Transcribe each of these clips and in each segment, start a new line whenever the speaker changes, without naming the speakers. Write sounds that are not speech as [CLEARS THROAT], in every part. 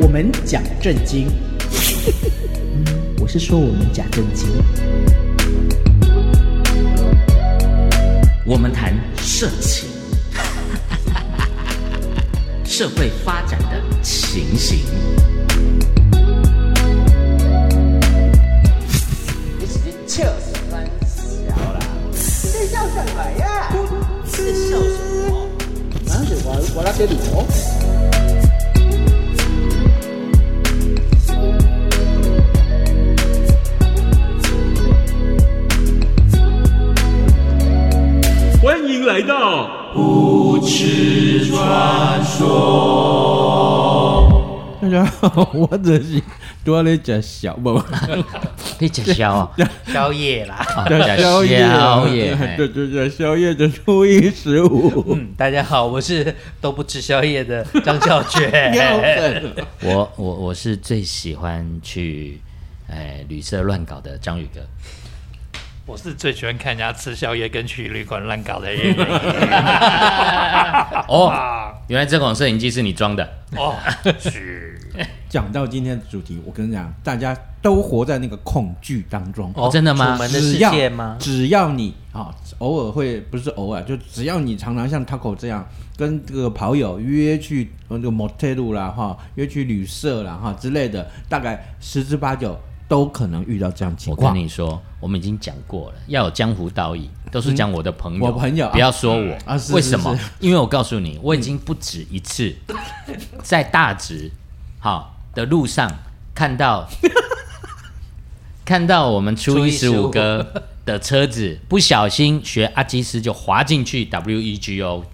我们讲正经， [LAUGHS] 嗯我是说我们讲正经，
我们谈社情， [LAUGHS] 社会发展的情形。
欢迎来到
大家好，我只是多咧食小，不
你吃宵啊？
宵夜啦。
哦
食宵 [LAUGHS] 夜，
宵夜嘿
对对对，宵夜的初一十五， [LAUGHS]
嗯，大家好，我是都不吃宵夜的张孝
要
全。
粉了
我我我是最喜欢去哎旅社乱搞的章鱼哥。
我是最喜欢看人家吃宵夜跟去旅馆乱搞的
[LAUGHS]
人。
啊
哦，原来这款摄影机是你装的。
哦，是
讲到今天的主题，我跟你讲，大家都活在那个恐惧当中。
哦真的吗
楚门的世
只要
界吗？
只要你啊、偶尔会不是偶尔，就只要你常常像 Taco 这样，跟这个跑友约去呃那个 motel 啦哈、约去旅社啦哈、之类的，大概十之八九都可能遇到这样情
我
况。
跟你说，我们已经讲过了，要有江湖道义，都是讲我的朋友，
我朋友
不要说我
啊是
为什么
是？
因为我告诉你，我已经不止
[LAUGHS]
一次在大直好的路上
[LAUGHS]
看到看到我们初一十五哥的车子不小心学阿基斯就滑进去 W E G O，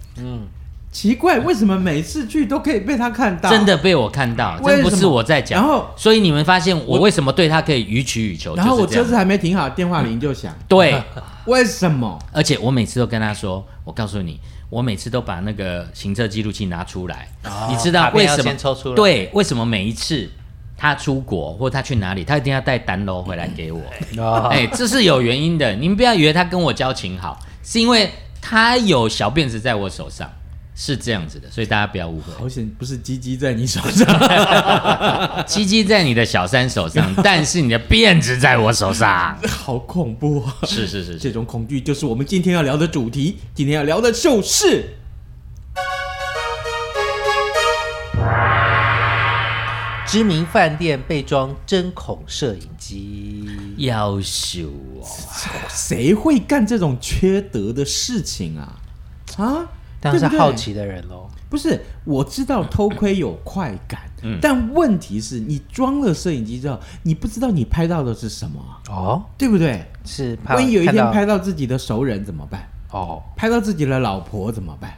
奇怪，为什么每次去都可以被他看到？
真的被我看到，
为
真
什么
不是我在讲。
然后
所以你们发现我为什么对他可以予取予求？
然后我
就是这
车
样
子还没停好，电话铃就响，
对。 [LAUGHS]
为什么？
而且我每次都跟他说，我告诉你，我每次都把那个行车记录器拿出来，你知道
卡
为
片要
什么
先？抽出来
对，为什么每一次他出国或他去哪里，他一定要带单楼回来给我？
哦，
哎、这是有原因的。你们不要以为他跟我交情好，是因为他有小辫子在我手上，是这样子的，所以大家不要误会。
好险不是鸡鸡在你手上，
鸡鸡在你的小三手上，但是你的辫子在我手上。
[LAUGHS] 好恐怖、啊！
是是是
这
是，
种恐惧就是我们今天要聊的主题。今天要聊的就是
知名饭店被装针孔摄影机，
要修哦。
谁会干这种缺德的事情啊？啊，
当然
对不
是
对
好奇的人喽。
不是，我知道偷窥有快感，
嗯
但问题是你装了摄影机之后，你不知道你拍到的是什么啊，
哦，
对不对？
是怕
万一有一
看
天
到
拍到自己的熟人怎么办？
哦，
拍到自己的老婆怎么办？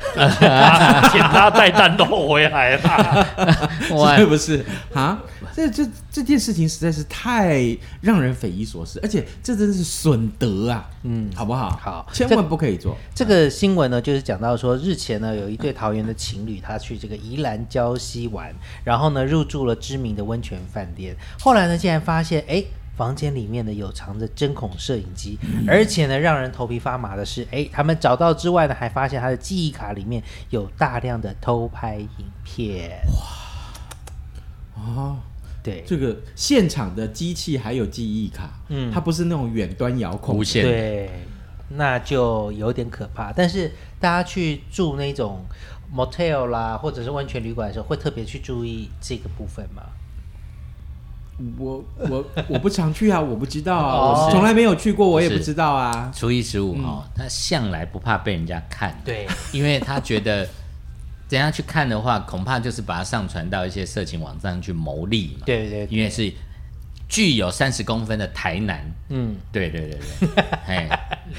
请他带蛋都回来
[LAUGHS]
了。
哇
是不是啊？
[LAUGHS]
这这这件事情实在是太让人匪夷所思，而且这真是损德啊！嗯，好不好？
好
千
这
万不可以做。
这个新闻呢，就是讲到说，日前呢，有一对桃园的情侣，他去这个宜兰礁溪玩，然后呢，入住了知名的温泉饭店。后来呢，竟然发现，哎，房间里面呢有藏着针孔摄影机，而且呢，让人头皮发麻的是，哎，他们找到之外呢，还发现他的记忆卡里面有大量的偷拍影片。哇，哦，对，
这个现场的机器还有记忆卡，嗯，它不是那种远端遥控
无
的，
限
对，那就有点可怕。但是大家去住那种 motel 啦，或者是温泉旅馆的时候，会特别去注意这个部分吗？
我我我不常去啊，我不知道啊，
哦
我从来没有去过，我也不
是
知道啊。
初一十五哈，他向来不怕被人家看，
对，
因为他觉得怎样去看的话，恐怕就是把它上传到一些色情网站去牟利嘛。，
对对对，
因为是具有三十公分的台南，
嗯，
对对对对，哎，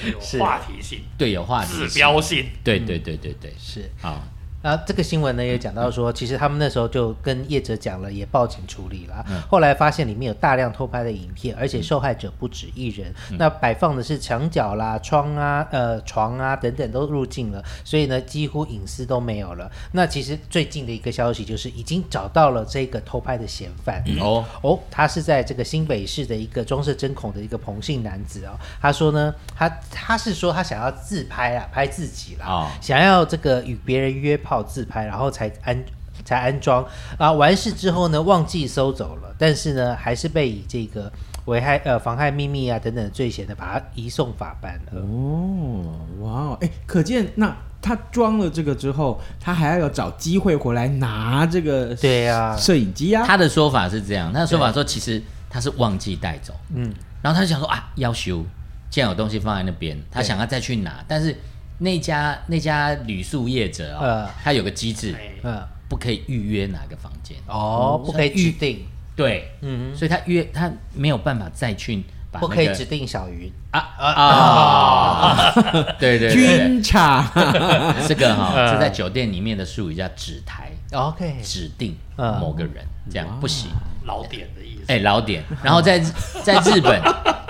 有话题性、
对有话题
指
性，
标性，
对对对对对，
是。
好，
然后这个新闻呢也讲到说，其实他们那时候就跟业者讲了，也报警处理了。后来发现里面有大量偷拍的影片，而且受害者不止一人。那摆放的是墙角啦、窗啊、呃床啊等等都入境了，所以呢几乎隐私都没有了。那其实最近的一个消息就是已经找到了这个偷拍的嫌犯。
哦，
哦，他是在这个新北市的一个装饰针孔的一个彭姓男子哦。他说呢，他他是说他想要自拍啦，拍自己啦，
哦
想要这个与别人约炮自拍，然后才安才安装啊。完事之后呢，忘记收走了，但是呢，还是被以这个危害呃妨害秘密啊等等罪嫌的把他移送法办了。
哦，哇哦，哎，可见那他装了这个之后，他还要找机会回来拿这个
对啊
摄影机啊，
他的说法是这样，他的说法说其实他是忘记带走，嗯，然后他就想说啊，要修，既然有东西放在那边，他想要再去拿，但是那家那家旅宿业者哦
呃，
他有个机制，
嗯，
不可以预约哪个房间，
哦，不可以指定，
对，
嗯，
所以他约他没有办法再去把
不
那
可以
个 [LAUGHS]
指定小云。
啊
[LAUGHS]
啊，对对对，
军场
[LAUGHS] 这
[LAUGHS]
个哈
呃
是在酒店里面的术语叫指台，
OK，
指定
嗯
某个人，这样不行。
老点的意思。
哎、老点，然
[LAUGHS]
后在在日本，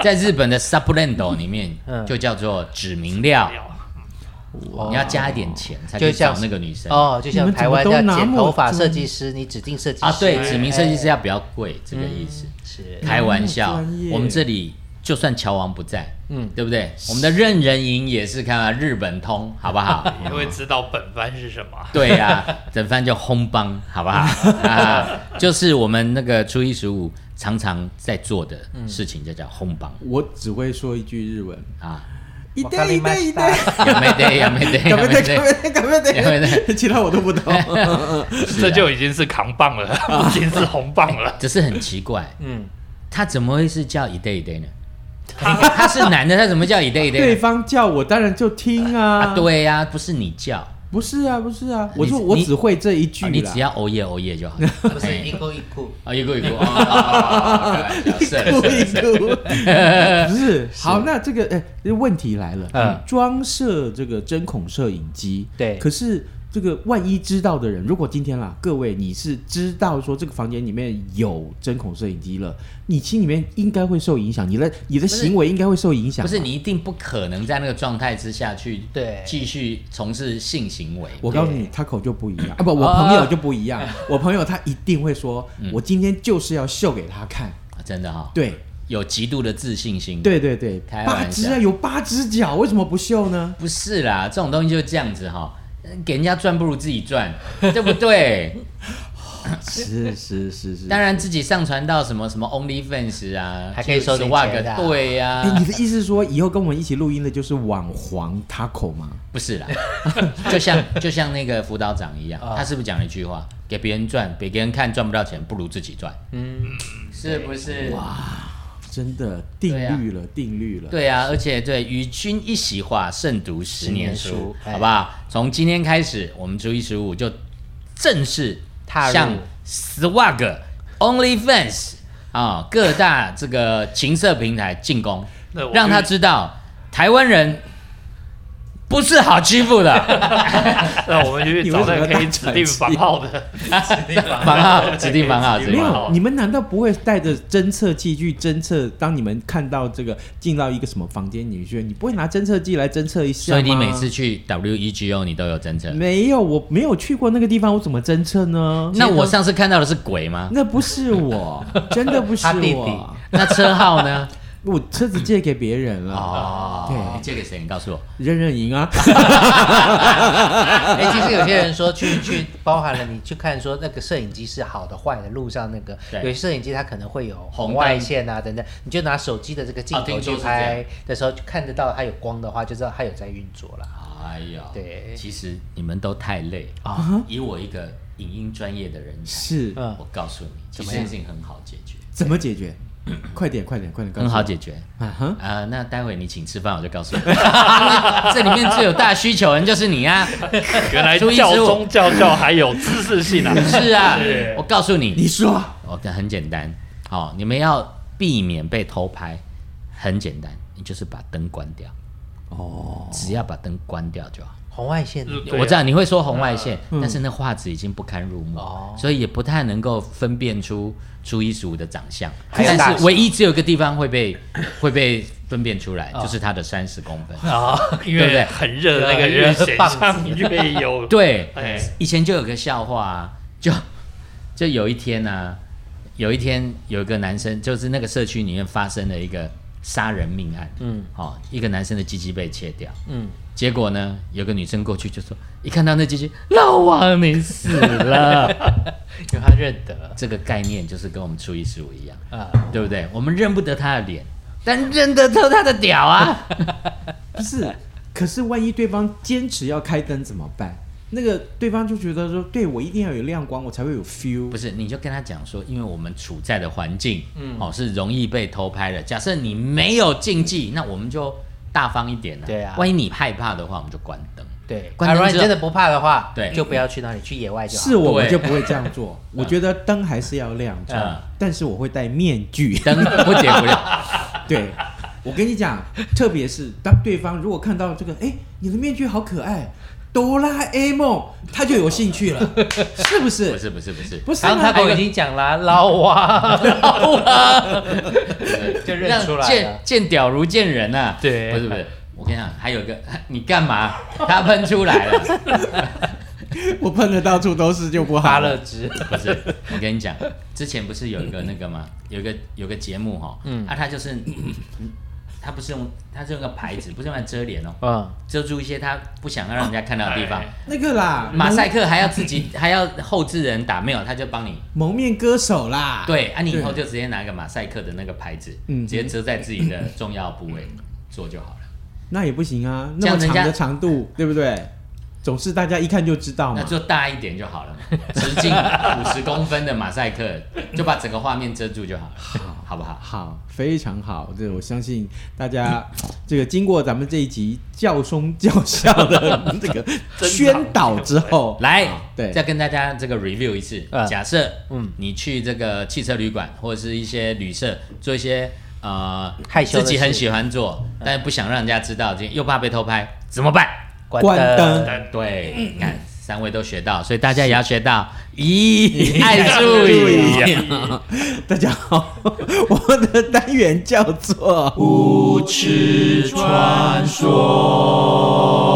在日本的 suplendo 里面
嗯
就叫做指名料，
哦
你要加一点钱才可
就
以找
像
那个女生
哦，就
你
像
们怎
台
么
湾
都
要
拿
剪
我
头发
真
设计师，你指定设计师
啊。对，
哎
指名设计师要比较贵，这个意思。
哎
是
开玩笑
嗯
那么专，业
我们这里就算乔王不在，嗯，对不对？我们的任人营也是看啊，日本通，好不好？
[LAUGHS] 因为知道本番是什么，
对呀、整番叫烘帮，好不好？啊，就是我们那个初一十五常常在做的事情，就叫烘帮
我只会说一句日文，
啊。
一
わか
代
り
一
ま
代
し
一
た
代，
有没得，有没得，
干
有
嘛的
没
干嘛
得。
的干嘛
干嘛
的，其他我都不懂。
啊
这就已经是扛棒
[LAUGHS]
了，已经是红棒了。
只是很奇怪，
嗯，
他怎么会是叫一 day 一 day 呢？他他是男的，他怎么叫一 day
[LAUGHS]
一
对
day？
方叫我，当然就听
啊，
啊。
对呀、不是你叫，啊
不是啊，不是啊，我
你
说我
你
只会这一句
你
啦 [LAUGHS]
只要熬夜熬夜就好。
不是
嘿
一勾一裤，
啊，一个一个，哦哦哦哦哦是
故意
是是， [LAUGHS]
哭，不是好，那这个哎，问题来了，
嗯
装设这个针孔摄影机，
对
可是这个万一知道的人，如果今天啦，各位你是知道说这个房间里面有针孔摄影机了，你心里面应该会受影响，你的你的行为应该会受影响，
不是。你一定不可能在那个状态之下去
对
继续从事性行为。
我告诉你，他口就不一
[LAUGHS]
样啊！不，我朋友就不一样。
哦
我朋友他一定会说，
嗯
我今天就是要秀给他看。
啊真的哈，
对，
有极度的自信心。，
对对对，
开
八
玩
只
笑
啊，有八只脚，为什么不秀呢？
不是啦，这种东西就是这样子哈，给人家赚不如自己赚， [LAUGHS] 对不对？
是是是是。
当然，自己上传到什么什么 OnlyFans 啊，
还可以收点
万
钱
个
的啊
对呀、
哎、你的意思是说，以后跟我们一起录音的就是网黄 Taco 吗？
不是啦， [LAUGHS] 就像就像那个辅导长一样，
哦
他是不是讲了一句话？给别人赚，给别人看赚不到钱，不如自己赚。嗯，是不是？
真的定律了，定律了。，
对啊，而且对与君一席话，胜读十年
十年
书
书，哎
好不好？从今天开始，我们初一十五就正式
踏入
向 Swag、OnlyFans 啊、各大这个情色平台进攻
那我，
让他知道台湾人不是好欺负的。
那我们就
[LAUGHS]
去找那个可以指定房号的，
房号指定房号，指
没
定房
哇
号。
有，你啊们难道不会带着侦测器去侦测？当你们看到这个进到一个什么房间，你去，你不会拿侦测器来侦测一下
所
吗
以你每次去 WEGO 你都有侦测。
没有，我没有去过那个地方，我怎么侦测呢？
那我上次看到的是鬼吗？
那不是我，真的
[LAUGHS]
不是
他弟弟
我，
那车号呢？
我车子借给别人了，
哦，你借给谁？你告诉我。
任任赢啊。
哎，其实有些人说
[LAUGHS]
去去包含了你去看说那个摄影机是好的坏的，路上那个
对
有些摄影机它可能会有
红
红
灯
外线啊等等，你就拿手机的这个镜
啊听
头
说
去
是这样
拍的时候，就看得到它有光的话，就知道它有在运作了。
哎呀，
对
其实你们都太累啊
啊！
以我一个影音专业的人才，
是，呃
嗯
我告诉你，其实这件事情很好解决，
怎么解决？快点，快点，快点，告诉
嗯很好
我
解决。
啊哈。
啊，那待会你请吃饭，我就告诉你。 [LAUGHS] 这里面最有大需求人就是你啊！
原来
初一
教
十五
宗教教还有知识性啊。
是
[LAUGHS]
啊
是，
我告诉
你
你，
说
哦，很简单。好，你们要避免被偷拍，很简单，你就是把灯关掉。
哦，
只要把灯关掉就好。
红外线
对啊
我知道你会说红外线，
嗯
但是那画质已经不堪入目，
哦
所以也不太能够分辨出初一十五的长相。
还有大
但
小
是唯一只有一个地方会被会被分辨出来，
哦
就是它的三十公分。
啊，
因
对不对
为很热的那个
热
热显
棒
上越有
对，
哎
以前就有个笑话、啊，就 [LAUGHS] 就有一天呢、啊，有一天有一个男生，就是那个社区里面发生了一个杀人命案，
嗯
哦，一个男生的鸡鸡被切掉，
嗯，
结果呢，有个女生过去就说，一看到那鸡鸡，老王你死
[LAUGHS]
了，
因为他认得了
这个概念就是跟我们初一十五一样，
啊，
对不对？我们认不得他的脸，但认得出他的屌啊，
不是，可是万一对方坚持要开灯怎么办？那个对方就觉得说，对我一定要有亮光，我才会有 feel
不。是，你就跟他讲说，因为我们处在的环境，嗯，哦，是容易被偷拍的。假设你没有禁忌，那我们就大方一点了、
对啊
万一你害怕的话，我们就关灯。
对，
关
啊，
灯
如果你
之后
真的不怕的话，
对
就不要去那里，去野外就好。
是我我
对
就不会这样做，我觉得灯还是要亮着，
嗯
但是我会戴面
[LAUGHS]
具。
灯不解不了，
[LAUGHS]
对，我跟你讲，特别是当对方如果看到这个，哎，你的面具好可爱，哆啦 A 梦，他就有兴趣
[LAUGHS]
了，是不
不
是？
是不是不是，
不是
刚
吗哎
刚他我已经讲啦，老
[LAUGHS]
王，老王，就认出
让
来
见
了。
见屌如见人啊。
对
不是不是，我跟你讲，还有一个， [LAUGHS] 你干嘛？他喷出来了， [LAUGHS]
我喷的到处都是就不好
发
了
乐。值，
不是？我跟你讲，之前不是有一个那个吗？有一个有个节目哈、哦，嗯，啊，他就是， [COUGHS] 他不是用，他是用个牌子，不是用来遮脸哦，
嗯，
遮住一些他不想让人家看到的地方。
哎
那个啦，
马
蒙
赛克还要自己 [LAUGHS] 还要后置人打，没有他就帮你。
蒙面歌手啦，
对，啊，你以后
对
就直接拿一个马赛克的那个牌子，
嗯
直接遮在自己的重要部位做就好了。
那也不行啊，那
这样
么
人
长
家
的长度，对不对？总是大家一看就知道
那
嘛。
就大一点就好了嘛，直径五十公分的马赛克就把整个画面遮住就好了，好不好？
好，非常好，这我相信大家 [CLEARS THROAT] 这个经过咱们这一集教松教孝的 [LAUGHS] 这个宣导之后，
来，
哦对
再跟大家这个 review 一次。
嗯
假设，
嗯
嗯，你去这个汽车旅馆或者是一些旅社做一些呃
害羞的
自己很
事
喜欢做，但是不想让人家知道，又怕被偷拍，怎么办？
关灯
但
对，你看三位都学到，所以大家也要学到，咦，爱注
注
意
意
哦。
啊！
大家好， [LAUGHS] 我们的单元叫做
啊
传说。